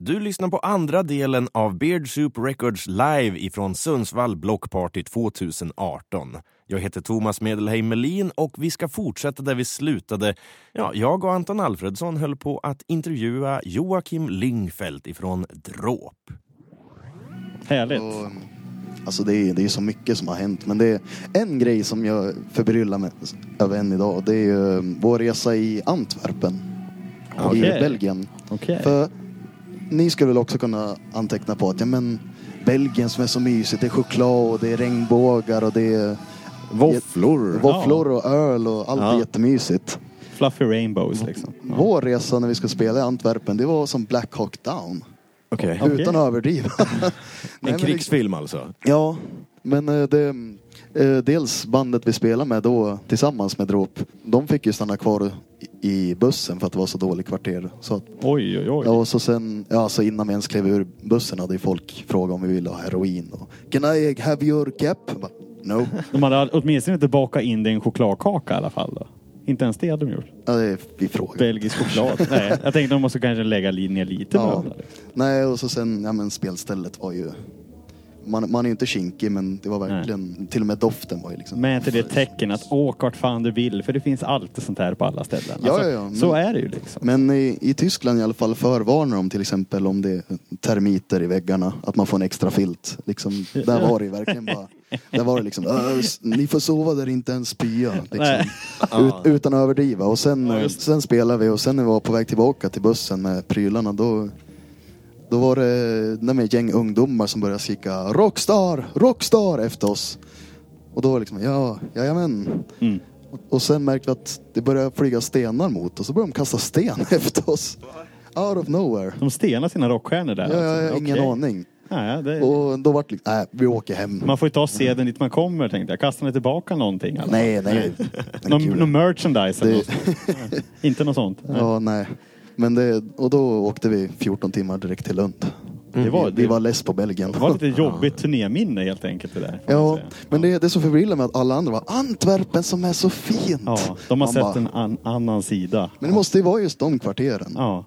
Du lyssnar på andra delen av Beard Soup Records live ifrån Sundsvall Blockparty 2018. Jag heter Thomas Medelheim Melin och vi ska fortsätta där vi slutade. Ja, jag och Anton Alfredsson höll på att intervjua Joakim Lyngfeldt ifrån Dråp. Härligt. Och, alltså det är, det är så mycket som har hänt. Men det är en grej som jag förbryllar mig över än idag. Det är ju um, vår resa i Antwerpen. Okej. I Belgien. Okej. För ni skulle väl också kunna anteckna på att ja, men Belgien som är så mysigt. Det är choklad och det är regnbågar och det är Våfflor. våfflor och öl och allt Ja. är jättemysigt. Fluffy rainbows liksom. Ja. Vår resa när vi skulle spela i Antwerpen, det var som Black Hawk Down. Okej. Okej. Utan att överdriva. Nej, En men liksom- det- krigsfilm alltså? Ja, men eh, det, eh, dels bandet vi spelade med då tillsammans med Dråp, de fick ju stanna kvar i i bussen för att det var så dålig kvarter. Så, att- Oj, oj, oj. ja, och så sen, ja, alltså innan vi ens klev ur bussen hade ju folk frågat om vi ville ha heroin. Och, Can I have your cap? Jag Bara, no. De hade åtminstone inte bakat in det i en chokladkaka i alla fall då. Inte ens det hade de gjort. Ja, det, vi frågade. Belgisk choklad. Nej, jag tänkte de måste kanske lägga linjer lite liksom. ja. med det. Nej, och så sen, ja men spelstället var ju... Man, man är ju inte kinkig men det var verkligen, till och med doften var ju liksom... Men är inte det ett tecken att åk vart fan du vill för det finns alltid sånt här på alla ställen. Alltså, Ja, ja, ja, men- Så är det ju liksom. Men i, i Tyskland i alla fall förvarnar de till exempel om det är termiter i väggarna, att man får en extra filt. Liksom, där var det ju verkligen bara, där var det liksom, "Äh, s- ni får sova där inte ens spya. Liksom. Nej. Ut, utan att överdriva. Och sen, Ja, just det. sen spelade vi och sen när vi var på väg tillbaka till bussen med prylarna då då var det nej, men, ett gäng ungdomar som började skrika Rockstar, Rockstar efter oss. Och då var det liksom, ja, jajamän. Mm. Och sen märkte vi att det började flyga stenar mot oss. Så började de kasta sten efter oss. Out of nowhere. De stenar sina rockstjärnor där. Ja, ja, ja, alltså. ingen Okej. aning. Nej, det... Och då vart det liksom, nej, vi åker hem. Man får ju ta seden dit man kommer tänkte jag. Kastar ni tillbaka någonting? i alla fall? Nej, nej. Men Någon, kul. någon merchandise eller Det- något sånt. Nej, Inte något sånt? Nej. Ja, nej. Men det, och då åkte vi 14 timmar direkt till Lund. Mm. Det var- vi, vi var less på Belgien. Det var lite jobbigt turnéminne helt enkelt det där. får man Ja, säga. men det, det är så förbrillande med att alla andra bara Antwerpen som är så fint. ja, de har Man sett bara, en an, annan sida. Men det måste ju vara just de kvarteren. Ja.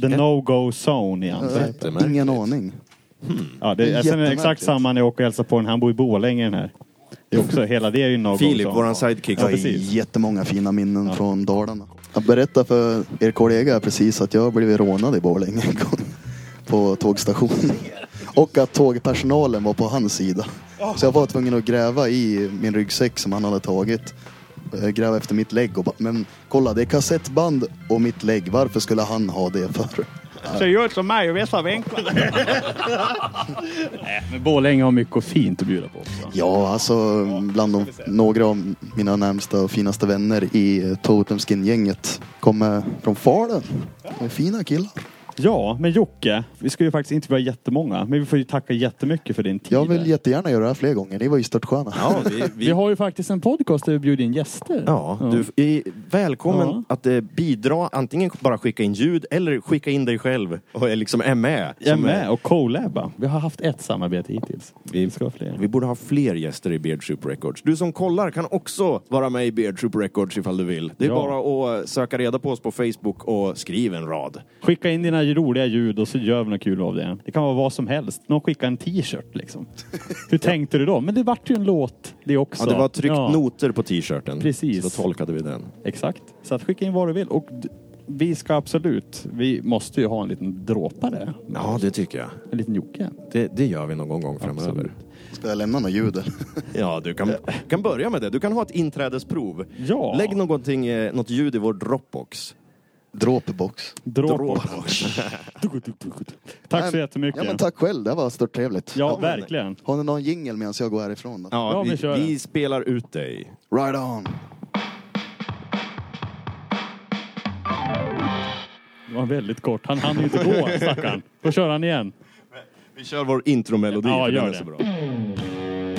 The no-go zone i Antwerpen. Jättemärkligt. Ingen aning. Ja, det, sen är det exakt Jättemärkligt. samma när jag åker och hälsar på en. Han bor i Borlänge den här. Det är också, hela det är ju en no-go Filip, zone. våran sidekick. Ja, Jag har precis. jättemånga fina minnen från Dalarna. Jag berättade för er kollega precis att jag har blivit rånad i Borlänge en gång på tågstationen. Och att tågpersonalen var på hans sida. Ah. Så jag var tvungen att gräva i min ryggsäck som han hade tagit. Eh, Gräva efter mitt lägg och bara, men kolla det är kassettband och mitt lägg. Varför skulle han ha det för? Så gör som mig och vässa vinklarna. Men Borlänge har mycket fint att bjuda på också. Ja, alltså bland de, några av mina närmsta och finaste vänner i Totem Skin-gänget kommer från Falun. De är fina killar. Ja, men Jocke, vi ska ju faktiskt inte vara jättemånga, men vi får ju tacka jättemycket för din tid. Jag vill här. jättegärna göra det här fler gånger. Ni var ju störtsköna. Ja, vi, Vi har ju faktiskt en podcast där vi bjuder in gäster. Ja, du är välkommen Ja. att eh, bidra. Antingen bara skicka in ljud eller skicka in dig själv och är liksom är med. Jag är Som, med eh, och collaba. Vi har haft ett samarbete hittills. Vi ska ha fler. Vi borde ha fler gäster i Beard Soup Records. Du som kollar kan också vara med i Beard Soup Records ifall du vill. Det är Ja. bara att eh, söka reda på oss på Facebook och skriv en rad. Skicka in dina roliga ljud och så gör vi något kul av det. Det kan vara vad som helst. Någon skickar en t-shirt liksom. Hur tänkte du då? Men det vart ju en låt det också. Ja, det var tryckt Ja, noter på t-shirten. Precis. Så då tolkade vi den. Exakt. Så att skicka in vad du vill. Och d- vi ska absolut, vi måste ju ha en liten dråpare. Ja, det tycker jag. En liten Jocke. Det, det gör vi någon gång framöver. Absolut. Ska jag lämna något ljud eller? Ja, du kan, kan börja med det. Du kan ha ett inträdesprov. Ja. Lägg någonting, eh, något ljud i vår Dropbox. Dråpbox. Dråpare. Tack så Nej, jättemycket. Ja, men tack själv, det här var störttrevligt. Ja, verkligen. Har ni någon jingel medan jag går härifrån? Då? Ja, Ja, vi, vi kör vi den. spelar ut dig. Right on! Det var väldigt kort. Han hann ju inte gå, stackarn. Då kör han igen. Vi kör vår intromelodi. Ja, för den gör är det. så bra.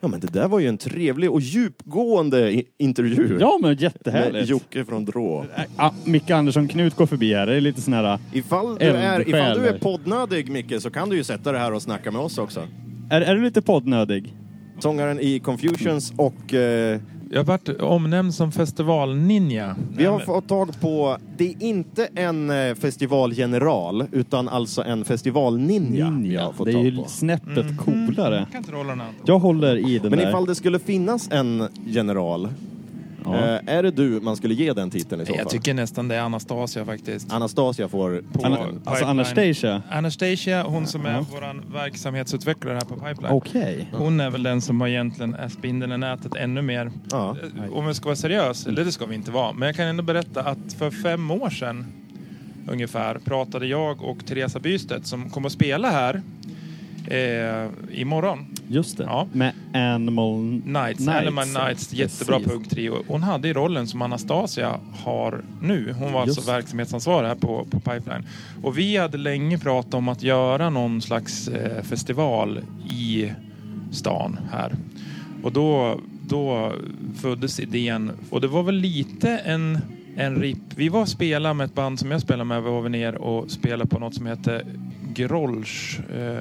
Ja, men det Det här var ju en trevlig och djupgående i- intervju. Ja, men Med jättehärligt. Jocke från Drå. Ah, Micke Andersson Knut går förbi här. Det är lite sån här... Ifall du, är, ifall du är Eldsjälar. poddnödig Micke så kan du ju sätta dig här och snacka med oss också. Är, är du lite poddnödig? Sångaren i Confusions och eh, Jag vart omnämnd som festivalninja. vi har fått tag på, det är inte en eh, festivalgeneral utan alltså en festivalninja. vi har fått det är tag ju på. snäppet Mm. coolare. Jag kan inte hålla den andra. Jag håller i den Men där. ifall det skulle finnas en general, Ja. eh, är det du man skulle ge den titeln i så fall? Nej, Jag tycker nästan det är Anastasia faktiskt. Anastasia får... På Anna, Pipeline. alltså Anastasia? Anastasia, hon som är vår verksamhetsutvecklare här på Pipeline. Okej. Hon är väl den som har egentligen är spindeln i nätet ännu mer. Ja. Eh, Om jag ska vara seriös, eller det ska vi inte vara, men jag kan ändå berätta att för fem år sedan ungefär pratade jag och Teresa Bystedt som kommer att spela här eh, imorgon. Just det. Ja. Med Animal Nights, Animal Nights, jättebra Precis. punktrio. Hon hade ju rollen som Anastasia har nu. Hon var Just. alltså verksamhetsansvarig här på, på Pipeline. Och vi hade länge pratat om att göra någon slags eh, festival i stan här. Och då, då föddes idén. Och det var väl lite en, en RIP. Vi var och spelade med ett band som jag spelade med. Vi var vi ner och spelade på något som hette Grolsch eh,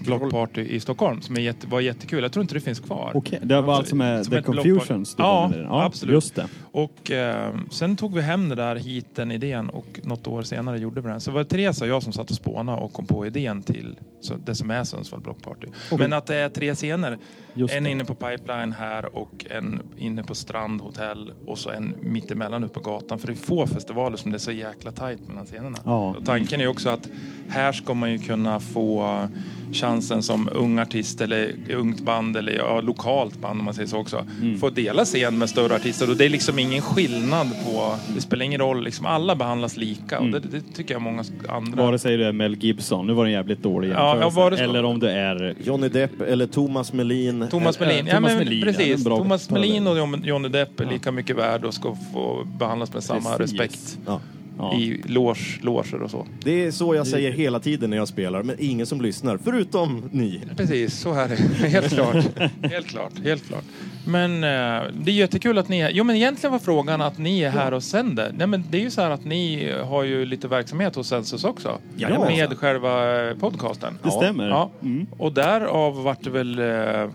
blockparty i Stockholm som är jätte, var jättekul. Jag tror inte det finns kvar. Okej, det var alltså med Som The ett block- Confusions? du Ja, var med i den. absolut. Just det. Och eh, sen tog vi hem det där, hit den idén och något år senare gjorde vi den. Så det var Therese och jag som satt och spånade och kom på idén till så, det som är Sundsvall Blockparty. Men att det är tre scener. Just en det. inne på Pipeline här och en inne på Strand hotell och så en mittemellan uppe på gatan. För det är få festivaler som det är så jäkla tajt mellan scenerna. Ja. Och tanken är också att här ska man ju kunna få chansen som ung artist eller ungt band eller ja, lokalt band om man säger så också. Mm. Få dela scen med större artister och det är liksom ingen skillnad på, det spelar ingen roll, liksom alla behandlas lika och det, det tycker jag många andra. Mm. Vare sig du är Mel Gibson, nu var det en jävligt dålig Ja, ja, jämförelse, var det så? eller om du är... Johnny Depp eller Thomas Melin. Thomas Eh, Melin, ja, Thomas men, Melin, ja, det är en precis. bra Thomas parallell. Melin och John- Johnny Depp är lika mycket värd och ska få behandlas med samma Precis. respekt Ja. Ja. i loge, loger och så. Det är så jag säger hela tiden när jag spelar, men ingen som lyssnar, förutom ni. Precis, så här är det. Helt klart. Helt klart. Helt klart. Men eh, det är jättekul att ni är Jo men egentligen var frågan att ni är här och sänder. Nej men det är ju så här att ni har ju lite verksamhet hos Sensus också. Jajamensan. Med själva eh, podcasten. Det stämmer. Mm. Ja. Och därav vart det väl eh,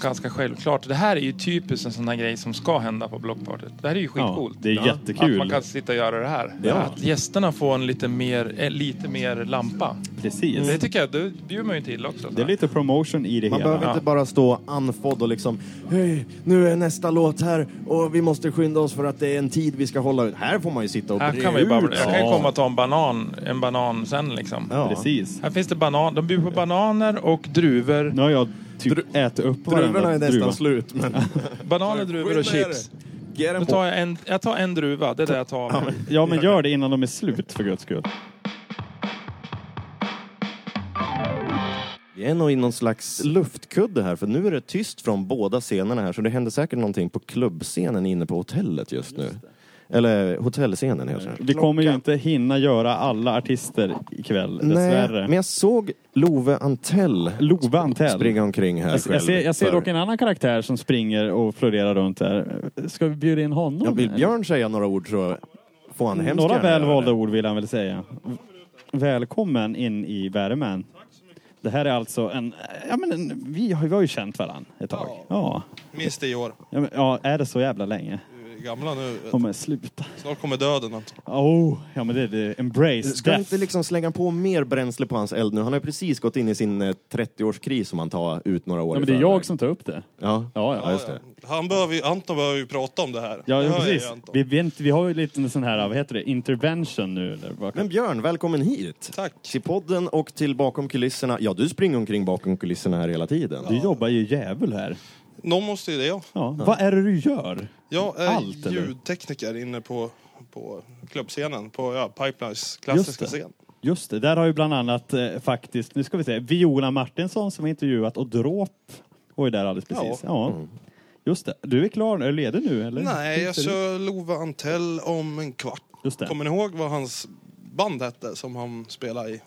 ganska självklart. Det här är ju typiskt en sån här grej som ska hända på blockpartiet. Det här är ju Ja, skitcoolt. det är Att jättekul. man kan sitta och göra det här. Ja. Att gästerna får en lite mer, eh, lite mer lampa. Precis. Mm. Det tycker jag, det bjuder man ju till också. Det är lite promotion i det Man hela. behöver inte bara stå andfådd och liksom Hej, nu är nästa låt här och vi måste skynda oss för att det är en tid vi ska hålla ut. Här får man ju sitta och Här bre kan man ju ut babbla. Jag sig. kan ju komma och ta en banan, en banan sen liksom. Ja. Precis. Här finns det banan. De bjuder på bananer och druvor. Nu har jag typ ätit upp Druvorna är varenda nästan druva. slut, men... Bananer, druvor och chips. Get 'em Nu tar jag, en, jag tar en druva, det är det jag tar. Ja, men gör det innan de är slut för guds skull. Vi är nog i någon slags luftkudde här, för nu är det tyst från båda scenerna här, så det händer säkert någonting på klubbscenen inne på hotellet just nu. Eller hotellscenen heter det. Vi kommer ju inte hinna göra alla artister ikväll, Nej, dessvärre. men jag såg Love Antell Love Antell. springa omkring här Jag, själv. jag ser, jag ser för- dock en annan karaktär som springer och florerar runt där. Ska vi bjuda in honom? Ja, vill Björn säga några ord så får han hemskt Några gärna göra välvalda ord vill han väl säga. V- Välkommen in i värmen. Det här är alltså en... Ja, men en vi, har, vi har ju känt varandra ett tag. Ja. Ja. Minst tio år. men, ja, är det så jävla länge? Vi är gamla nu. Ja, men sluta. Snart kommer döden. Anton. Oh, ja men det är det. Embrace Ska vi death. inte liksom slänga på mer bränsle på hans eld nu? Han har ju precis gått in i sin eh, 30-årskris som han tar ut några år Ja, i men det är förväg. jag som tar upp det. Ja. Ja, ja. just det. Han behöver, ju- Anton behöver ju prata om det här. Ja, det ja hör jag ju, precis. Anton. Vi, vi, är inte- vi har ju lite sån här, vad heter det, intervention nu eller vad Men Björn, välkommen hit! Tack. Till podden och till bakom kulisserna. Ja, du springer omkring bakom kulisserna här hela tiden. Du jobbar ju djävul här. Någon måste ju det, ja. Ja. Vad är det du gör? Jag är Allt, eller? ljudtekniker inne på, på klubbscenen, på ja, Pipelines klassiska Just det. scen. Just det, där har ju bland annat eh, faktiskt, nu ska vi se, Viola Martinsson som vi intervjuat och Dråp var ju där alldeles precis. Ja. Just det. Du är klar, är du ledig nu eller? Mm. Nej, jag Sitter du? kör Lova Antell om en kvart. Just det. Kommer ni ihåg vad hans band hette som han spelade i?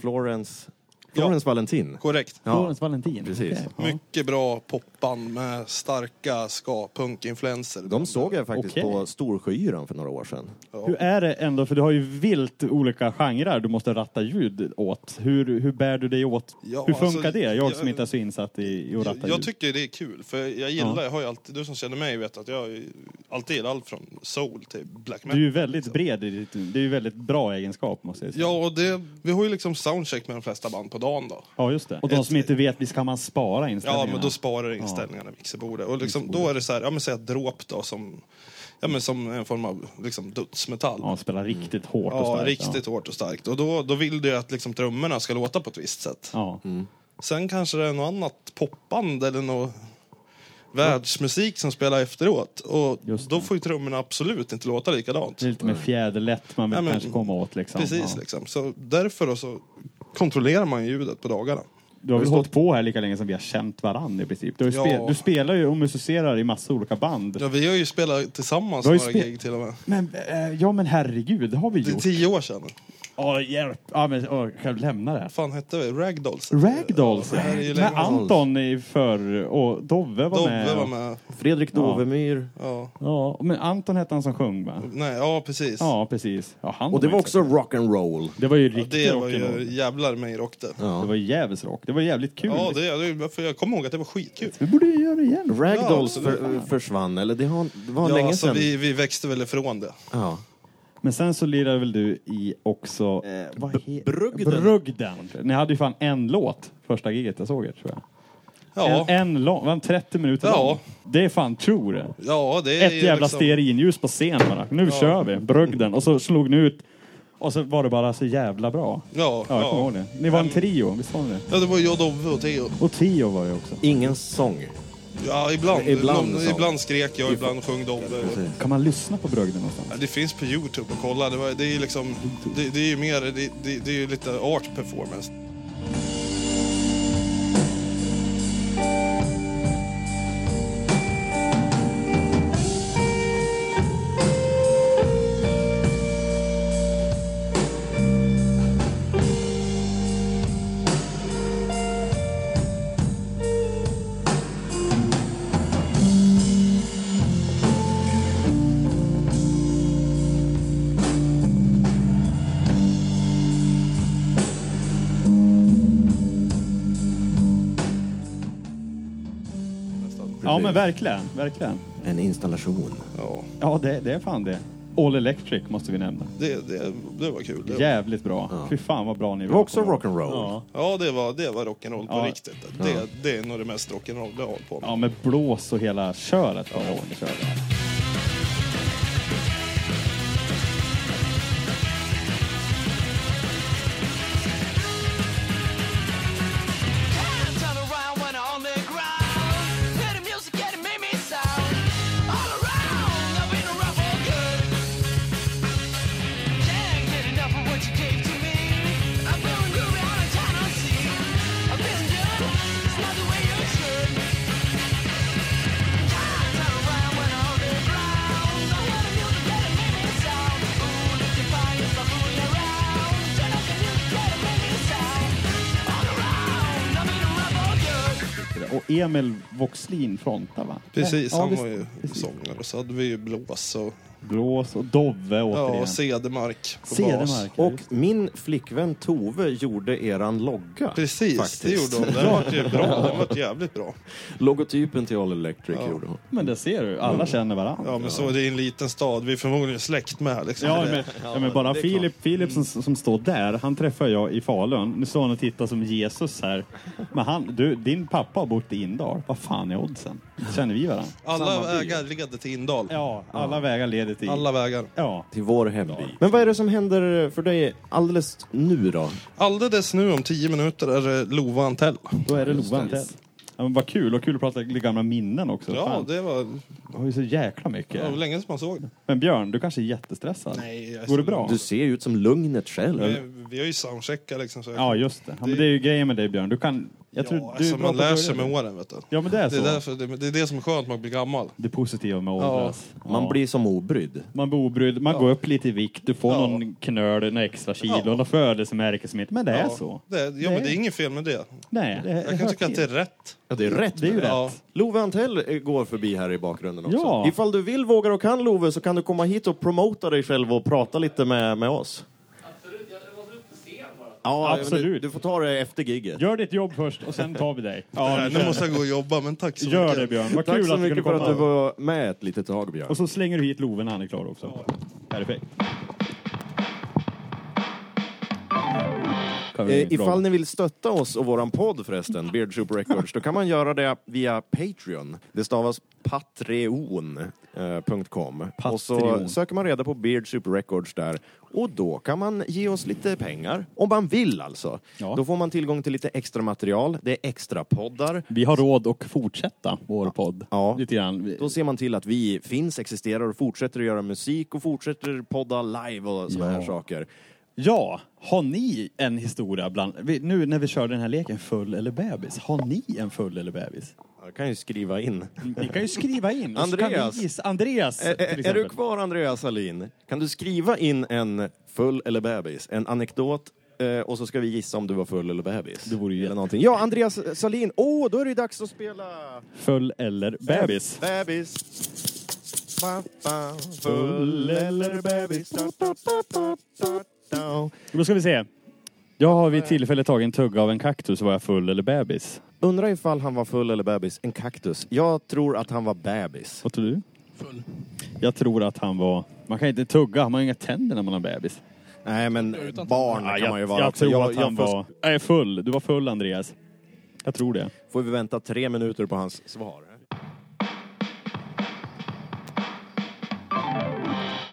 Florence Florens Valentin. Korrekt. Ja, Florens Valentin. precis. Okej. Mycket bra popband med starka ska-punk-influenser. De såg jag faktiskt Okej. på Storsjöyran för några år sedan. Hur är det ändå, för du har ju vilt olika genrer du måste ratta ljud åt. Hur, hur bär du dig åt? Ja, hur funkar alltså, det? Jag, jag- som inte är så insatt i, i att ratta Jag, ljud. jag tycker det är kul, för jag gillar, jag har ju alltid, du som känner mig vet att jag har ju alltid gillat allt från soul till black Du är metal. ju väldigt bred i ditt, det är ju väldigt bra egenskap måste jag säga. Ja, och det, vi har ju liksom soundcheck med de flesta band på dagen då. Ja, just det. Och de Ett- som inte vet, visst kan man spara Ja, inställningarna? men då sparar du inställningarna i mixerbordet. Och liksom, då är det så här, ja men säg att dråp då som, ja men som en form av liksom dödsmetall. Ja, spela riktigt hårt och Ja, starkt. riktigt hårt och starkt. Och då, då vill du ju att liksom, trummorna ska låta på ett visst sätt. Ja. Ja. Sen kanske det är något annat popband eller något världsmusik som spelar efteråt. Och Just då det. får ju trummorna absolut inte låta likadant. Det är lite mer fjäderlätt man vill Mm. Ja, men- kanske komma åt liksom. Precis, Ja. liksom. Så därför då så kontrollerar man ju ljudet på dagarna. Du har väl hållit på här lika länge som vi har känt varandra i princip. Du, har ju Ja. spe, du spelar ju och musicerar i massa olika band. Ja, vi har ju spelat tillsammans Vi har ju några spe- gig till och med. Men, eh, ja men herregud, det har vi Det är gjort. tio år sedan. Ja, hjälp. Ja, men åh, kan jag lämna det här? Vad fan hette vi? Ragdolls? Ragdolls, Ja, det här är ju med länge sedan. Anton i förr och Dovve var med. Dovve var med. Fredrik Dovemyr. Ja. Ja, men Anton hette han som sjöng va? Nej, ja, precis. Ja, precis. Ja, han Och det ju var också rock'n'roll. Det var ju Ja, riktigt det var ju rock'n'roll. jävlar mig rock det. Det var ju jävelsrock. Det var jävligt kul. Ja, det, det, för jag kommer ihåg att det var skitkul. Vi borde ju göra det igen. Ragdolls Ja, för, eh, försvann, eller det, har, det var Ja, länge alltså, sedan. vi, Eh, vi växte väl ifrån det. Ja. Men sen så lirade väl du i också... Eh, vad he- Brugden. Brugden. Ni hade ju fan en låt första giget jag såg er, tror jag. Ja, En, en lång, var den 30 minuter Ja. lång? Det är fan true det. ja det är Ett ju jävla liksom, stearinljus på scen bara. Nu kör vi, Brugden. Och så slog ni ut. Och så var det bara så jävla bra. Ja, Ja, jag kommer ihåg ja. det. Ni var en trio, visst var ni det? ja, det var jag, Dovve och Theo. Och Tio var det också. Ingen sång. Ja, Ibland ibland. Ibland, så. ibland skrek jag, ibland sjöng Dovve. Kan man lyssna på Brugden någonstans? Ja, det finns på Youtube att kolla. Det, var, det är ju liksom, det, det är ju mer, det, det, det är ju lite art performance. Ja men verkligen, verkligen. En installation. Ja, Ja det, det är fan det. All Electric måste vi nämna. det, det, det var kul. Det var, Jävligt bra. Fy fan vad bra ni Det var också på det. rock'n'roll. Ja. ja, det var, det var rock'n'roll på Ja. riktigt. Det, det är nog det mest rock'n'roll jag har hållit på med. ja med blås och hela köret. Ja. det köret. Turn around when I'm on the ground. Hear the music and it made me sound. All around, I've been around for good. Can't get enough of what you gave to me. I'm going groovy on a channel C. I've been good, it's not the way you should. Can't turn around when I'm on the ground. I hear the music and it made me sound. Ooh, look if I am fooling around. Turn up the music and it made me sound. All around, I've been around for good. Och Emil Voxlin frontar va? Precis, ja, han visst. var ju sångare. Och så hade vi ju blås och, Blås och Dovve ja, återigen. och Cedermark på bas. Cedermark. Och min flickvän Tove gjorde eran logga. Precis, faktiskt. det gjorde hon. Det var ju bra. Det var jävligt bra. Logotypen till All Electric gjorde hon. Men det ser du, Mm. alla känner varandra. Ja, men så är det är en liten stad. Vi är förmodligen släkt med. Liksom. Ja, Det- men, ja, men bara det är klart. Filip, Filip som, som står där, han träffar jag i Falun. Nu står han och tittar som Jesus här. Men han, du, din pappa har bott i Indal. Vad fan är oddsen? Känner vi varandra? Alla vägar leder till Indal. Ja, alla vägar leder till... Alla vägar. Ja. Till vår hemby. Men vad är det som händer för dig alldeles nu då? Alldeles nu om tio minuter är det Lova Antell. Då är det Lovantell. Ja, men vad kul, och kul att prata lite gamla minnen också. Ja, Fan, det var, Jag har ju så jäkla mycket. det var länge som man såg det. Men Björn, du kanske är jättestressad? Nej, jag är Går det så- bra? Du ser ju ut som lugnet själv. Vi, vi har ju soundcheckat liksom. Så jag- Ja, just det. Ja, men det är ju grejen med dig Björn. Du kan Jag tror ja, du är alltså, bra man på att lär börja sig där. med åren. Vet du. Ja, men det är Det, är så. därför, det, det är det som är skönt med att bli gammal. Det positiva med att åldras. Ja. Man blir som obrydd. man blir obrydd, man går upp lite i vikt, du får Ja. någon knöl, några extra kilo, Ja. någon födelsemärke som heter... Men det är ja. så. Det, är- ja, men det är inget fel med det. Nej, det är Jag kan tycka att det är rätt. Ja, det är rätt. Det är ju rätt. Ja. Love Antell eh, går förbi här i bakgrunden också. Ja. Ifall du vill, vågar och kan Love så kan du komma hit och promota dig själv och prata lite med, med oss. Ja, Absolut. Du, du får ta det efter giget. Gör ditt jobb först och sen tar vi dig. Nej, nu måste jag gå och jobba, men tack så Gör mycket. det Björn, vad Tack kul så att du mycket kunde för komma. att du var med ett litet tag, Björn. Och så slänger du hit Loven när han är klar också. Perfekt. Kan vi- Eh, ifall ni vill stötta oss och våran podd förresten, Beard Soup Records, då kan man göra det via Patreon. Det stavas patreon.com. Och så Patreon. söker man reda på Beard Soup Records där. Och då kan man ge oss lite pengar, om man vill alltså. Ja. Då får man tillgång till lite extra material, det är extra poddar. Vi har råd att fortsätta vår podd. Ja. Lite grann. Vi- Då ser man till att vi finns, existerar och fortsätter att göra musik och fortsätter podda live och såna här saker. Ja, har ni en historia bland... vi- Nu när vi kör den här leken full eller bebis, har ni en full eller bebis? Jag kan ju skriva in. Ni kan ju skriva in. och så kan vi Andreas. gissa- Andreas, till Ä- ä- Är exempel. du kvar Andreas Alin? Kan du skriva in en full eller bebis, en anekdot eh, och så ska vi gissa om du var full eller bebis. Det vore ju eller någonting. Ja, Andreas Salin. Åh, då är det ju dags att spela Full eller bebis? bebis. Ba, ba, full eller bebis. Da, da, da, da, da, da. Då ska vi se. Jag har vid tillfälle tagit en tugga av en kaktus. Var jag full eller bebis? Undrar ifall han var full eller bebis. En kaktus. Jag tror att han var bebis. Vad tror du? Full. Jag tror att han var... Man kan inte tugga, man har inga tänder när man har bebis. Nej, men barn Ja, kan man ju vara. Alltså, jag också. tror att han får- var... Jag är full. Du var full, Andreas. Jag tror det. Får vi vänta tre minuter på hans svar?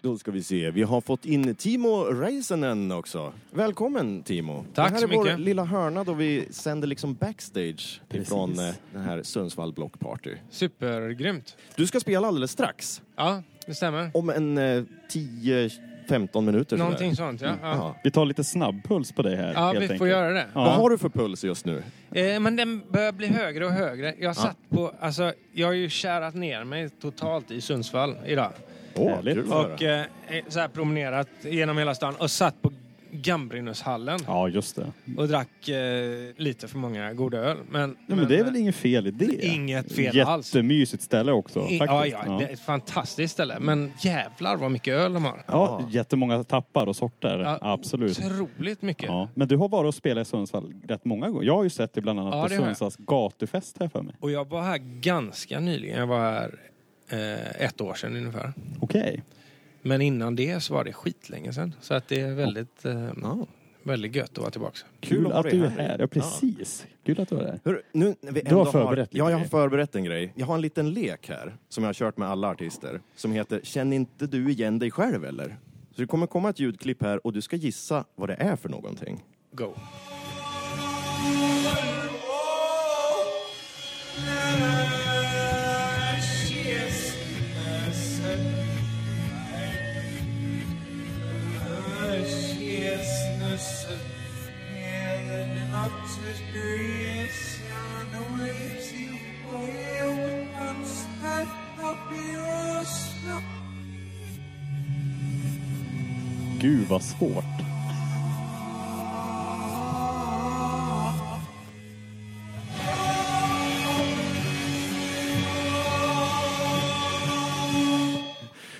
Då ska vi se. Vi har fått in Timo Räisänen också. Välkommen Timo. Tack det här så är vår mycket. lilla hörna då vi sänder liksom backstage Precis. ifrån eh, den här Sundsvall Block Party. Supergrymt. Du ska spela alldeles strax. Ja, det stämmer. Om en eh, 10-15 minuter. sådär. Någonting sånt, ja. ja. Ja. Vi tar lite snabbpuls på dig här. Ja, Mm, helt vi enkelt. får göra det. Vad Ja. har du för puls just nu? Eh, men den börjar bli högre och högre. Jag satt på, alltså, jag har ju kärat ner mig totalt i Sundsvall idag. Åh, Härligt. kul att höra. Och eh, så här promenerat genom hela stan och satt på Gambrinushallen ja, just det. och drack eh, lite för många goda öl. Men, Ja, men det är eh, väl inget fel i det? Inget fel alls. Jättemysigt ställe också. i- Faktiskt. eh, ja, ja, det är ett fantastiskt ställe. Men jävlar vad mycket öl de har. ja, jättemånga tappar och sorter. Ja, Absolut. Otroligt mycket. Ja, men du har varit och spelat i Sundsvall rätt många gånger. Jag har ju sett dig bland annat Ja, på det har jag. Sundsvalls gatufest här för mig. Och jag var här ganska nyligen. Jag var här eh, ett år sedan ungefär. Okej. Men innan det så var det skitlänge sedan. Så att det är väldigt, eh, väldigt gött att vara tillbaka. Kul, att att vara du här. är här. Ja, precis. Kul att du är här. Hur, nu, när vi Du ändå har förberett lite Ja, jag har grejer. förberett en grej. Jag har en liten lek här som jag har kört med alla artister som heter Känn inte du igen dig själv eller? Så det kommer komma ett ljudklipp här och du ska gissa vad det är för någonting. Go! Gud vad svårt.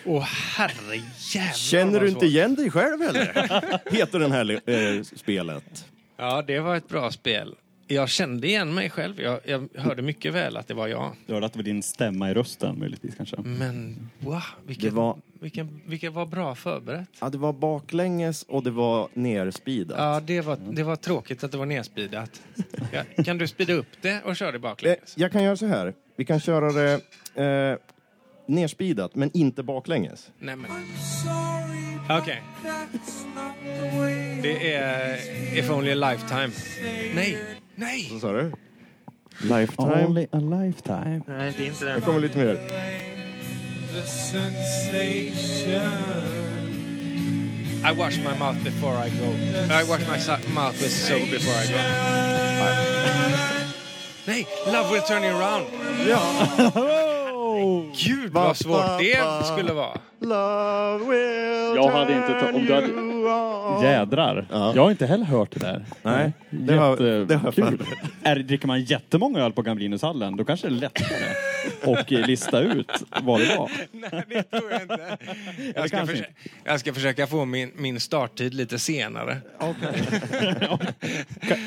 Åh herrejävlar Känner vad du inte svårt. igen dig själv eller? Heter den här le- eh, spelet. Ja, det var ett bra spel. Jag kände igen mig själv. Jag, jag hörde mycket väl att det var jag. Du hörde att det var din stämma i rösten möjligtvis kanske. Mm. Men wow, Det vilket var, vilken, vilken var bra förberett. ja, det var baklänges och det var nerspeedat. Ja, det var, det var tråkigt att det var nedspeedat. Ja, kan du speeda upp det och köra det Eh, baklänges? Jag kan göra så här. Vi kan köra det eh, nerspeedat men inte baklänges. Nej, men... Okej. Det är If Only A Lifetime. Nej! Nej! Vad sa du? Only a lifetime. Nej, det är inte Det den. kommer lite mer. I wash my mouth before I go. I wash my so- mouth with soap before I go. Nej, Love Will Turn You Around. Oh! Gud vad svårt det skulle vara. Jag hade inte... Ta- om du hade... Jädrar. Ja. Jag har inte heller hört det där. Nej, det var, det var Jättekul. Är, dricker man jättemånga öl på Gamblinushallen, då kanske det är lättare att eh, lista ut vad det var. Nej, det tror jag inte. Jag ska, kanske försö- inte. jag ska försöka få min, min starttid lite senare.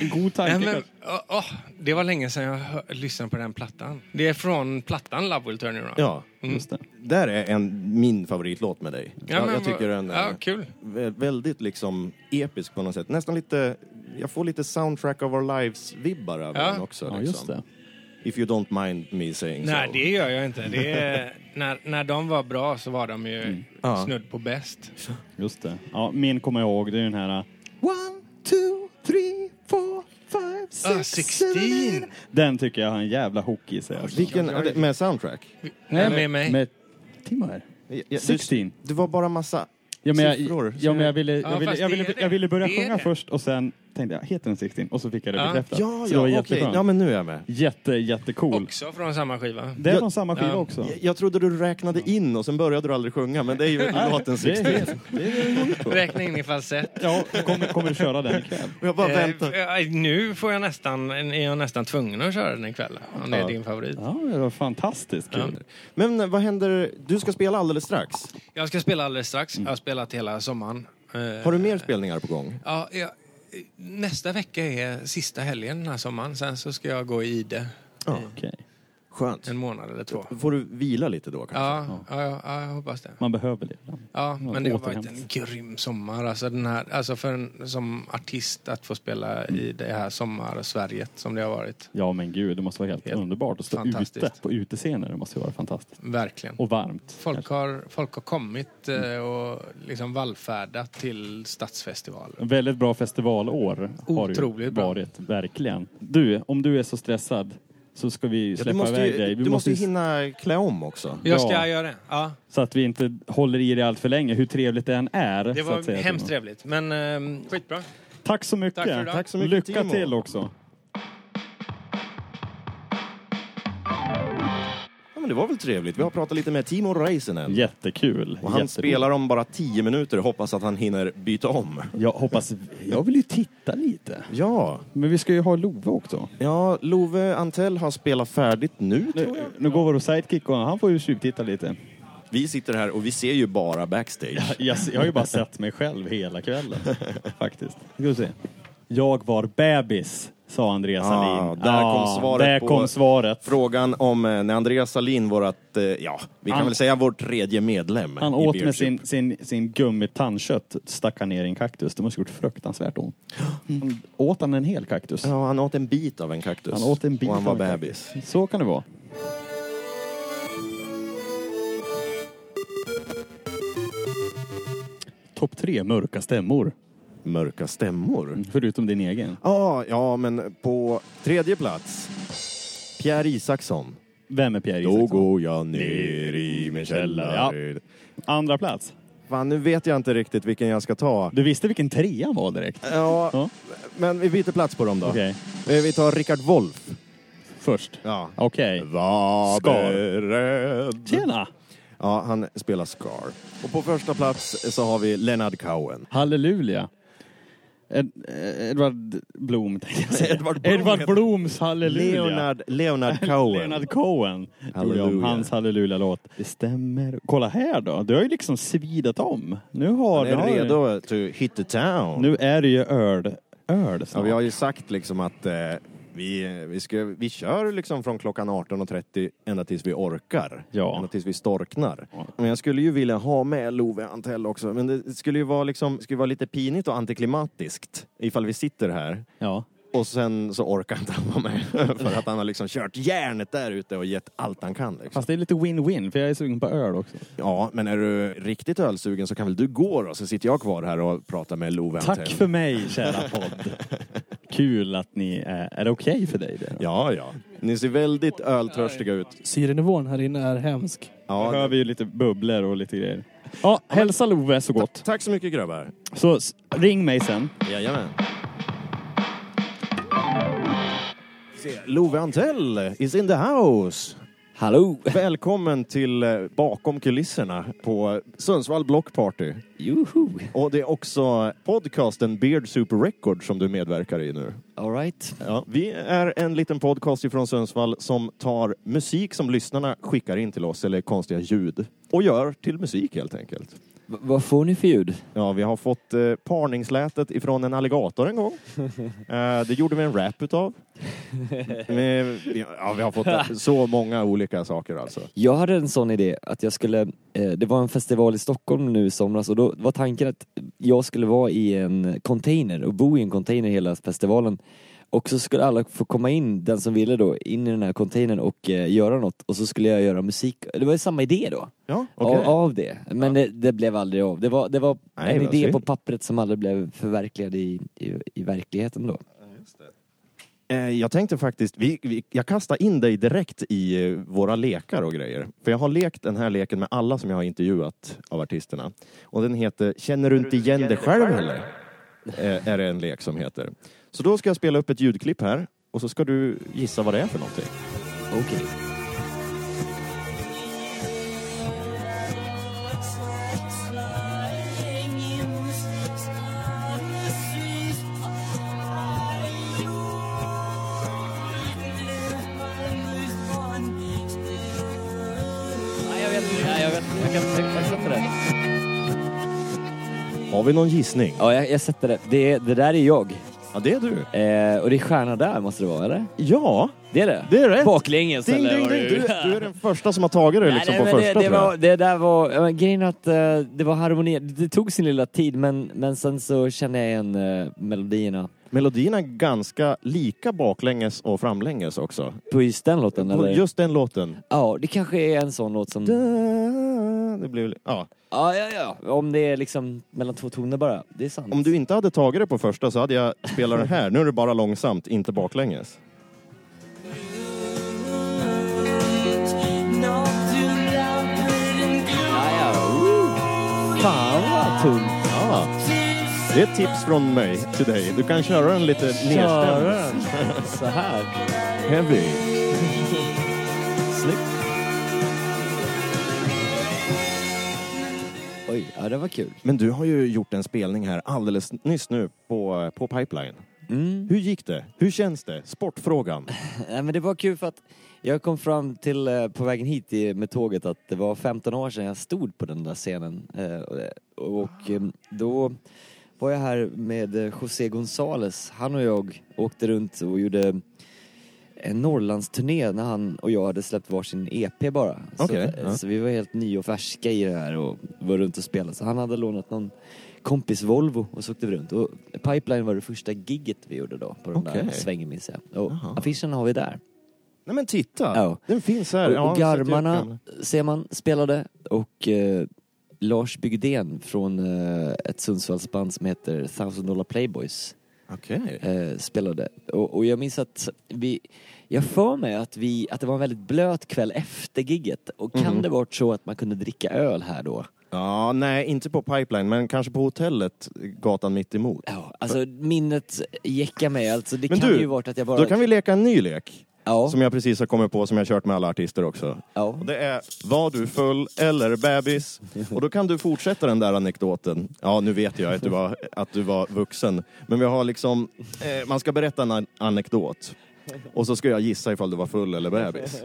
En god tanke. Nej, men, kanske. åh, åh, det var länge sedan jag hör, lyssnade på den plattan. Det är från plattan Love Will Turn You Around. Ja, Just det. där är en, min favoritlåt med dig. Ja, jag, men jag vad- tycker den är Ja, kul. vä- väldigt liksom episk på något sätt. Nästan lite, jag får lite Soundtrack of Our Lives-vibbar över Ja. den också. Ja, Liksom. just det. If you don't mind me saying Nej, so. det gör jag inte. Det är, när, när de var bra så var de ju Mm. Ja. snudd på bäst. Just det. Ja, min kommer jag ihåg, det är ju den här... eh, One, two, three, four, five, Ah, 16! Den tycker jag har en jävla hook i sig. Alltså. Vilken, är det- med soundtrack? Nej, med mig. Med Timo här. Ja, ja, du- 16. Det var bara massa Ja, men jag, siffror. ja, men jag, ville, jag, Ja, ville, fast jag, det ville, är det. jag ville börja Det är sjunga det. först och sen tänkte jag, heter den 16? Och så fick jag det Ja. bekräftat. ja, så det var ja, okej. jätteskönt. Ja, men nu är jag med. Jätte, jättecool. Också från samma skiva. Det är Jag- från samma skiva Ja. också. Jag- Jag trodde du räknade in och sen började du aldrig sjunga, men det är ju låten Det är 16. helt, det är helt cool. Räkna in i falsett. Ja, du kommer, kommer du köra den ikväll? Och jag bara Eh, väntar. eh, nu får jag nästan, är jag nästan tvungen att köra den ikväll. Om det är Ja. din favorit. Ja, det var fantastiskt kul. Men vad händer? Du ska spela alldeles strax. Jag ska spela alldeles strax. Jag har spelat hela sommaren. Eh, Mm. Har du mer spelningar på gång? Ja, jag, nästa vecka är sista helgen den här sommaren. Sen så ska jag gå i Ide Okej. Skönt. en månad eller två. Får du vila lite då kanske? Ja, ja, ja, ja, jag hoppas det. Man behöver det ibland. Ja, Ja, men det har varit en återhämtning. grym sommar. Alltså, den här, alltså för en, som artist att få spela i det här sommar-Sverige som det har varit. Ja, men gud, det måste vara helt, Helt underbart att stå fantastiskt. ute på utescener. Det måste ju vara fantastiskt. Verkligen. Och varmt. Folk har, folk har kommit eh, och liksom vallfärdat till stadsfestivaler. En Väldigt bra festivalår har det ju Otroligt bra. varit, verkligen. Du, om du är så stressad så ska vi Du släppa måste, iväg dig. ju, Vi du måste ju ju- hinna klä om också. Jag Ja. ska göra det. Ja, Så att vi inte håller i det allt för länge, hur trevligt det än är. det så att var säga, hemskt Timo. trevligt. Men eh, skitbra. Tack så mycket. Tack för idag. Tack så mycket, Lycka Timo. till också. Ja, men det var väl trevligt. Vi har pratat lite med Timo Räisänen. Jättekul. Och han Jätteroligt. spelar om bara tio minuter. Hoppas att han hinner byta om. Jag hoppas... Jag vill ju titta lite. Ja, Men vi ska ju ha Love också. ja Love Antell har spelat färdigt nu. Nu, nu går vår sidekick och han får ju tjuvtitta lite. Vi sitter här och vi ser ju bara backstage. Jag, jag har ju bara sett mig själv hela kvällen. Faktiskt. Ska vi se. Jag var bebis, sa Andreas Ah, Alin. där kom svaret Där på- kom svaret. Frågan om eh, när Andreas Salin, vårat, eh, ja, vi kan Han- väl säga vår tredje medlem. Han i åt Beard med Soup. sin, sin, sin gummitandkött, stack han ner i en kaktus. Det måste gjort fruktansvärt ont. Han, åt han en hel kaktus? Ja, han åt en bit av en kaktus. Han åt en bit och han av var en bebis. Så kan det vara. Topp tre mörka stämmor. Mörka stämmor. Förutom din egen. Ja, ja, men på tredje plats. Pierre Isaksson. Vem är Pierre Då Isaksson? går jag ner i min källare. Andra plats. Fan, nu vet jag inte riktigt vilken jag ska ta. Du visste vilken trean var direkt. Ja, Ja. men vi byter plats på dem då. Okej, Eh, Vi tar Rickard Wolff. först. Ja. Okej. Var Skar. beredd. Tjena! Ja, han spelar Scar. Och på första plats så har vi Leonard Cohen. Halleluja. Ed, Edvard Blom tänkte jag säga. Edvard Blom Edvard heter- Bloms halleluja. Leonard, Leonard Cohen. Leonard Cohen. Gjorde jag Halleluja. om hans halleluja-låt. Det stämmer. Kolla här då. Du har ju liksom svidat om. Nu har Han är har- redo to hit the town. Nu är det ju öl. Öl Ja, snart. vi har ju sagt liksom att eh, vi, eh, vi, ska, vi kör liksom från klockan 18.30 ända tills vi orkar. Ja. Ända tills vi storknar. Ja. Men jag skulle ju vilja ha med Love Antell också, men det skulle ju vara, liksom, skulle vara lite pinigt och antiklimatiskt ifall vi sitter här ja. och sen så orkar inte han vara med för att han har liksom kört järnet där ute och gett allt han kan. Liksom. Fast det är lite win-win, för jag är sugen på öl också. Ja, men är du riktigt ölsugen så kan väl du gå då, så sitter jag kvar här och pratar med Love Antell. Tack för mig, kära podd. Kul att ni är... Är det okej för dig? Det? då? Ja, ja. Ni ser väldigt öltörstiga ut. Syrenivån här inne är hemsk. Ja, Då hör vi ju lite bubblor och lite grejer. Ja, hälsa Love så gott. Tack så mycket grabbar. Så s- ring mig sen. Jajamän. se. Love Antell is in the house. Hallå! Välkommen till eh, Bakom kulisserna på Sundsvall Block Party. Juhu! Och det är också podcasten Beard Super Record som du medverkar i nu. Alright. Ja, vi är en liten podcast ifrån Sundsvall som tar musik som lyssnarna skickar in till oss, eller konstiga ljud, och gör till musik helt enkelt. V- vad får ni för ljud? Ja, vi har fått eh, parningslätet ifrån en alligator en gång. eh, det gjorde vi en rap utav. Men, ja, vi har fått så många olika saker alltså. Jag hade en sån idé att jag skulle, eh, det var en festival i Stockholm nu i somras och då var tanken att jag skulle vara i en container och bo i en container hela festivalen. Och så skulle alla få komma in, den som ville då, in i den här containern och eh, göra något. Och så skulle jag göra musik. Det var ju samma idé då. Ja, av, av det. Men det, det blev aldrig av. Det var, det var Nej, en vad idé synd. på pappret som aldrig blev förverkligad i, i, i verkligheten då. Eh, Jag tänkte faktiskt, vi, vi, jag kastar in dig direkt i eh, våra lekar och grejer. För jag har lekt den här leken med alla som jag har intervjuat av artisterna. Och den heter Känner du inte igen dig själv eller? Eh, Är det en lek som heter. Så då ska jag spela upp ett ljudklipp här och så ska du gissa vad det är för någonting. Okej. Jag vet inte, jag vet inte. Jag kan jag sätter det. Har vi någon gissning? Ja, jag, jag sätter det. Det, det där är jag. Ja, det är du. Eh, och det är stjärna där måste det vara, eller? Ja, Det är det? det är rätt! Baklänges Ding, eller? ding, ding. vad Du, det är. du är den första som har tagit det liksom på men första det, det, tror jag. var, det där var, ja, men grejen är att eh, det var harmoni, det, det tog sin lilla tid men, men sen så kände jag igen eh, melodierna Melodierna är ganska lika baklänges och framlänges också. på just den låten På eller? Just den låten. Ja, det kanske är en sån låt som... Det blev, ja. Ja, ja, ja. Om det är liksom mellan två toner bara. Det är sant. Om du inte hade tagit det på första så hade jag spelat den här. Nu är det bara långsamt, inte baklänges. Ja, ja. Woo! Fan vad tungt. Ja. Det är ett tips från mig till dig. Du kan köra den lite Köra nedstämd. den så här. Heavy. Snyggt. Oj, ja det var kul. Men du har ju gjort en spelning här alldeles nyss nu på, på Pipeline. Mm. Hur gick det? Hur känns det? Sportfrågan. Nej, men det var kul för att jag kom fram till eh, på vägen hit i, med tåget att det var 15 år sedan jag stod på den där scenen. Eh, och och Ah. eh, då var jag här med eh, José Gonzales. Han och jag åkte runt och gjorde en Norrlandsturné när han och jag hade släppt varsin EP bara. Okej, så, ja. så vi var helt nya och färska i det här och var runt och spelade. Så han hade lånat någon kompis Volvo och så åkte vi runt. Och Pipeline var det första gigget vi gjorde då på den där Okej. svängen minns jag. Och Jaha. affischen har vi där. Nej men titta! Ja. Den typ finns här. Och, Ja, och så att jag Garmarna kan- ser man spelade och eh, Lars Bygden från eh, ett Sundsvallsband som heter Thousand Dollar Playboys Okej. eh, spelade. Och, och jag minns att vi, jag för mig att vi, att det var en väldigt blöt kväll efter gigget. Och kan Mhm. det varit så att man kunde dricka öl här då? Ja, nej inte på Pipeline men kanske på hotellet, gatan mitt emot. Ja, alltså minnet jäckar mig. Alltså det Men kan du, ju varit att jag bara... Då kan vi leka en ny lek. Ja, Som jag precis har kommit på, som jag kört med alla artister också. ja. Och det är Var du full eller bebis? Och då kan du fortsätta den där anekdoten. Ja, nu vet jag att du var, att du var vuxen. Men vi har liksom, eh, man ska berätta en an- anekdot. Och så ska jag gissa ifall du var full eller bebis.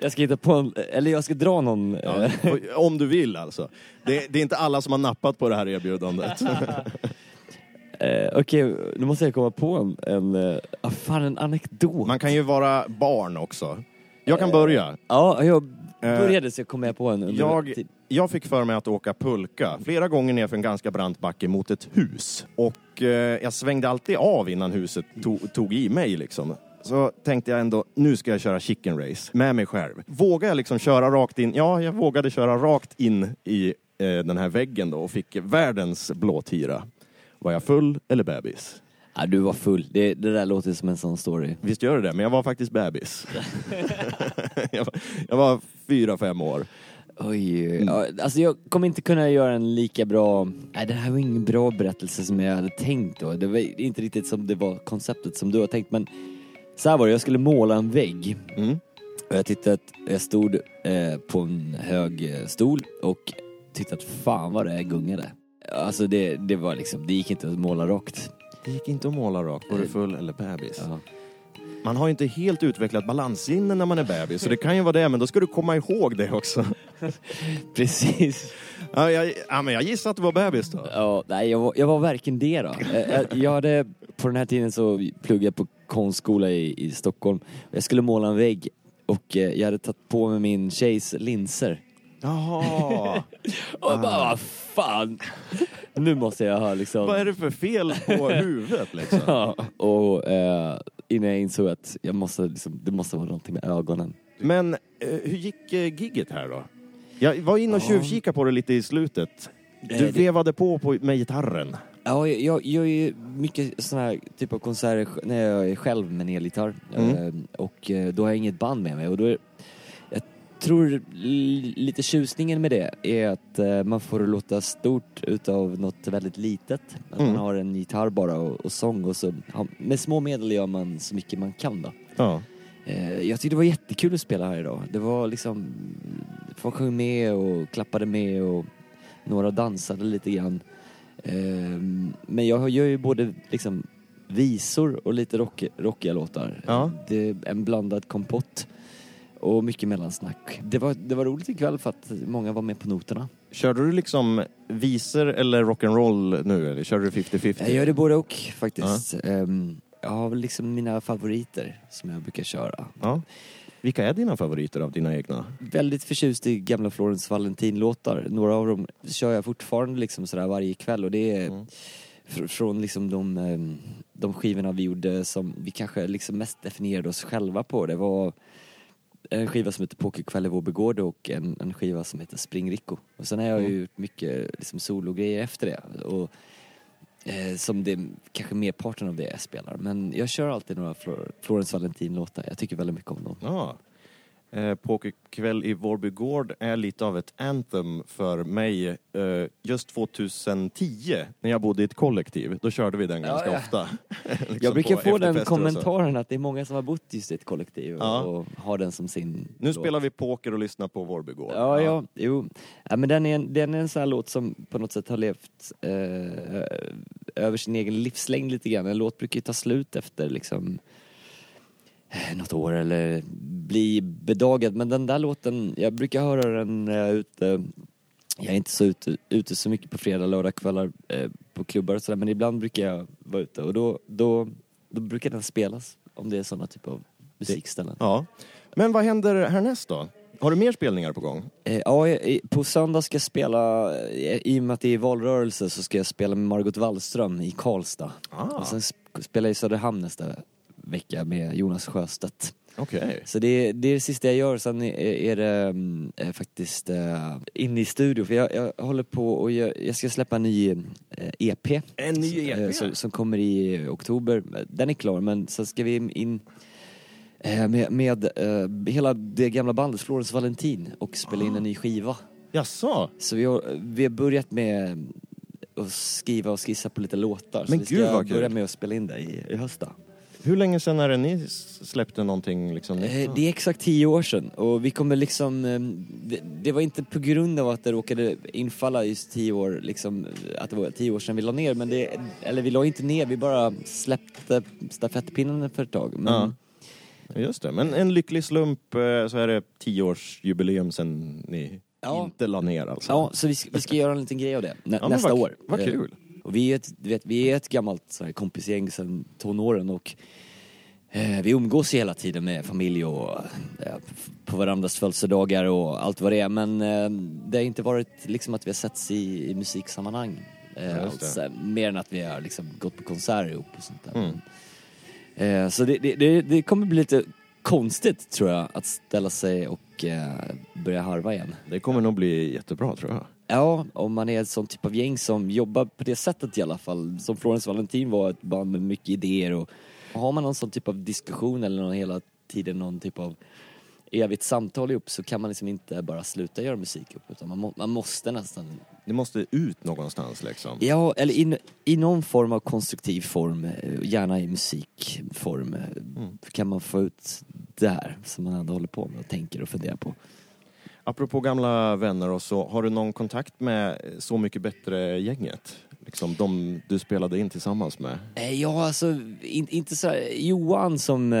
Jag ska hitta på en, eller jag ska dra någon... Ja, eh, och- om du vill alltså. Det, det är inte alla som har nappat på det här erbjudandet. Eh, Okej, nu måste jag komma på en, en eh, ah, fan en anekdot. Man kan ju vara barn också. Jag kan börja. Ja, jag började så kom jag på en under Eh, jag- tid. Jag fick för mig att åka pulka flera gånger nerför en ganska brant backe mot ett hus. Och eh, jag svängde alltid av innan huset tog, tog i mig liksom. Så tänkte jag ändå, nu ska jag köra chicken race med mig själv. Vågar jag liksom köra rakt in? Ja, jag vågade köra rakt in i eh, den här väggen då och fick världens blåtira. Var jag full eller bebis? Ja, du var full. Det, det där låter som en sån story. Visst gör det det, men jag var faktiskt bebis. jag, var, jag var fyra, fem år. Oj, eh, ja, alltså jag kommer inte kunna göra en lika bra... Nej, det här var ingen bra berättelse som jag hade tänkt då. Det var inte riktigt som det var konceptet som du har tänkt men Så här var det, jag skulle måla en vägg. Mm. Och jag tittade, att jag stod eh, på en hög eh, stol och tittade att fan vad det här gungade. Alltså det, det var liksom, det gick inte att måla rakt. Det gick inte att måla rakt. Var du full eller bebis? Ja. Man har ju inte helt utvecklat balanssinne när man är bebis, så det kan ju vara det, men då ska du komma ihåg det också. Precis. Ja, jag, ja, men jag gissar att du var bebis då. Ja, nej, jag, var, jag var varken det då. Eh, Jag, jag hade, på den här tiden så pluggade jag på konstskola i, i Stockholm. Jag skulle måla en vägg och eh, jag hade tagit på mig min tjejs linser. Jaha. Och jag bara, vad fan! Nu måste jag ha liksom... Vad är det för fel på huvudet liksom? Ja, och eh, innan jag insåg att jag måste, liksom, det måste vara någonting med ögonen. Men eh, hur gick eh, gigget här då? Jag var inne och Ja. tjuvkikade på det lite i slutet. Eh, Du det- vevade på, på med gitarren. Ja, jag, jag gör ju mycket sådana här typ av konserter sj- när jag är själv med en elgitarr. Mm. Eh, och eh, då har jag inget band med mig. Och då är, jag tror li- lite tjusningen med det är att eh, man får det låta stort utav något väldigt litet. Att Mm. man har en gitarr bara och, och sång och så ja, med små medel gör man så mycket man kan då. Ja. Eh, Jag tyckte det var jättekul att spela här idag. Det var liksom, folk sjöng med och klappade med och några dansade lite grann. Eh, Men jag gör ju både liksom visor och lite rock, rockiga låtar. Ja. Det är en blandad kompott och mycket mellansnack. Det var, det var roligt ikväll för att många var med på noterna. Körde du liksom visor eller rock'n'roll nu? Eller körde du 50-50? Jag gör det både och faktiskt. Ehm, Jag har väl liksom mina favoriter som jag brukar köra. Ja. Vilka är dina favoriter av dina egna? väldigt förtjust i gamla Florence Valentin-låtar. Några av dem kör jag fortfarande liksom sådär varje kväll och det är Mm. fr- från liksom de, ehm, de skivorna vi gjorde som vi kanske liksom mest definierade oss själva på. Det var en skiva som heter Pokerkväll i vår begård och en, en skiva som heter Spring Rico. Och sen har jag ju gjort mycket liksom sologrejer efter det. Och, eh, som det kanske merparten av det jag spelar. Men jag kör alltid några Flor- Florence Valentin-låtar. Jag tycker väldigt mycket om dem. Ja. Eh, Pokerkväll i Vårby gård är lite av ett anthem för mig. Eh, just 2010, när jag bodde i ett kollektiv, då körde vi den Ja, ganska ja. ofta. Liksom Jag brukar på få den efterfester och så. kommentaren att det är många som har bott just i ett kollektiv och, Ja. och har den som sin Nu spelar vi poker och lyssnar på Vårby gård. Ja, ja, jo. Ja, men den är, en, den är en sån här låt som på något sätt har levt eh, över sin egen livslängd lite grann. En låt brukar ju ta slut efter liksom eh, något år eller bli bedagad. Men den där låten, jag brukar höra den när jag är ute. Jag är inte så ute, ute så mycket på fredag, lördagkvällar eh, på klubbar och sådär. Men ibland brukar jag vara ute och då, då, då brukar den spelas. Om det är såna typ av musikställen. Ja. Men vad händer härnäst då? Har du mer spelningar på gång? Eh, Ja, eh, på söndag ska jag spela, eh, i och med att det är valrörelse så ska jag spela med Margot Wallström i Karlstad. Ah, Och sen sp- spelar jag i Söderhamn nästa vecka med Jonas Sjöstedt. okej. Så det, det är det sista jag gör, sen är, är det mm, eh, faktiskt eh, inne i studio. För jag, jag håller på och jag, jag ska släppa en ny eh, EP. En ny E Eh, EP? som, som kommer i oktober. Den är klar, men sen ska vi in eh, med, med eh, hela det gamla bandet Florence Valentin och spela Ah. in en ny skiva. Jaså? Så vi har, vi har börjat med att skriva och skissa på lite låtar. Men så vi ska gud, vad kul. börja med att spela in det i, i höst. då. Hur länge sedan är det ni s- släppte någonting liksom nytt? Eh, då? Det är exakt tio år sedan och vi kommer liksom, eh, det, det var inte på grund av att det råkade infalla just tio år, liksom, att det var tio år sedan vi la ner, men det, eller vi la inte ner, vi bara släppte stafettpinnen för ett tag. Men, Ja. Just det, men en lycklig slump eh, så är det tioårsjubileum sen ni Ja. inte la ner alltså. Ja, så vi ska, vi ska göra en liten grej av det nä, Ja, men nästa vad- år. vad Eh, kul. Och vi är ett, du vet, vi är ett gammalt så här, kompisgäng sedan tonåren och eh, vi umgås ju hela tiden med familj och eh, f- på varandras födelsedagar och allt vad det är. Men eh, det har inte varit liksom att vi har setts i, i musiksammanhang. Eh, Ja, just det. alltså, mer än att vi har liksom, gått på konserter ihop och sånt där. Mm. Eh, så det, det, det, det kommer bli lite konstigt tror jag att ställa sig och eh, börja harva igen. Det kommer nog bli jättebra tror jag. Ja, om man är ett sånt typ av gäng som jobbar på det sättet i alla fall. Som Florence Valentin var ett band med mycket idéer och har man någon sån typ av diskussion eller någon hela tiden någon typ av evigt samtal ihop så kan man liksom inte bara sluta göra musik ihop utan man, må, man måste nästan Ni måste ut någonstans liksom. Ja, eller i, i någon form av konstruktiv form, eh, gärna i musikform, eh, kan man få ut det här som man ändå håller på med och tänker och funderar på. Apropå gamla vänner och så, har du någon kontakt med Så mycket bättre-gänget? Liksom de du spelade in tillsammans med? Eh, Ja, alltså in, inte så här. Johan som eh,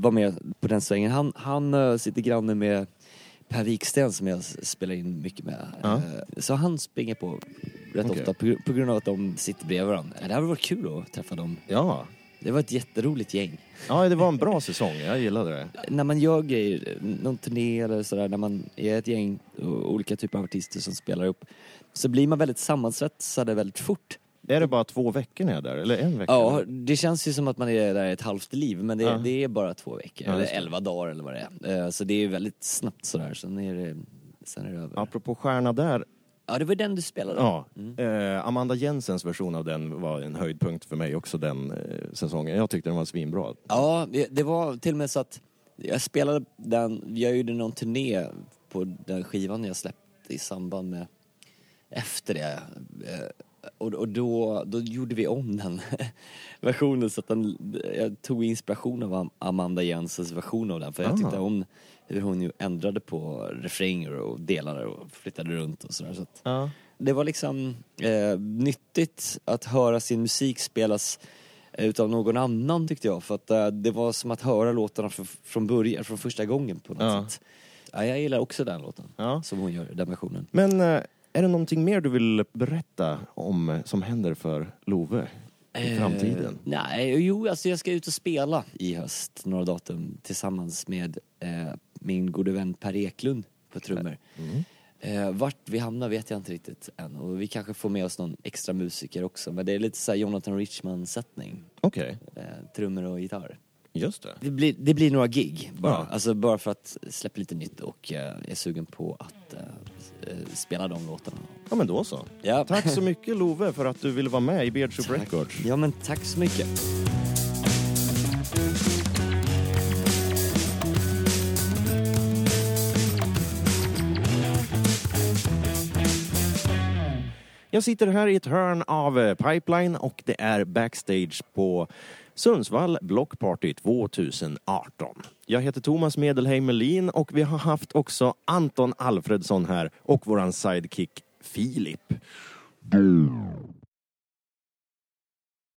var med på den svängen, han, han eh, sitter granne med Per Wiksten som jag s- spelar in mycket med. Ja. Eh, Så han springer på rätt Okej. ofta på, gr- på grund av att de sitter bredvid varandra. Eh, Det hade varit kul att träffa dem. Ja. Det var ett jätteroligt gäng. Eh, Ja, det var en bra säsong. Jag gillade det. när man gör grejer, eh, någon turné eller sådär, när man är ett gäng och olika typer av artister som spelar upp, så blir man väldigt sammansvetsade väldigt fort. Är det bara två veckor ni är där? Eller en vecka? Ja, det känns ju som att man är där ett halvt liv, men det, Ja. det är bara två veckor, Ja, eller just det. elva dagar eller vad det är. Eh, Så det är ju väldigt snabbt sådär, sen är det, sen är det över. Apropå stjärna där. Ja, det var ju den du spelade. Ja. Eh, Amanda Jensens version av den var en höjdpunkt för mig också den eh, säsongen. Jag tyckte den var svinbra. Ja, det- det var till och med så att jag spelade den, jag gjorde någon turné på den skivan jag släppte i samband med, efter det. Eh, Och, och då, då gjorde vi om den versionen så att den, jag tog inspiration av Am- Amanda Jensens version av den för jag tyckte om hur hon ju ändrade på refränger och delar och flyttade runt och sådär. Så att, Ja. det var liksom eh, nyttigt att höra sin musik spelas eh, utav någon annan tyckte jag. För att eh, det var som att höra låtarna från, från början, från första gången på något Ja. sätt. Ja, jag gillar också den låten, Ja. som hon gör, den versionen. Men eh, är det någonting mer du vill berätta om eh, som händer för Love i framtiden? Eh, nej, jo alltså jag ska ut och spela i höst, några datum, tillsammans med eh, min gode vän Per Eklund på trummor. Mm. Eh, vart vi hamnar vet jag inte riktigt än och vi kanske får med oss någon extra musiker också men det är lite såhär Jonathan Richman-sättning. Okej, eh, trummor och gitarr. just det. Det blir, det blir några gig bara. Ja. Alltså bara för att släppa lite nytt och eh, är sugen på att eh, s- eh, spela de låtarna. Ja men då så. Ja. Tack så mycket Love för att du ville vara med i Beardsoup Records. Ja men tack så mycket. Jag sitter här i ett hörn av eh, Pipeline och det är backstage på Sundsvall Block Party 2018. Jag heter Thomas Medelheim Melin och vi har haft också Anton Alfredsson här och våran sidekick Filip.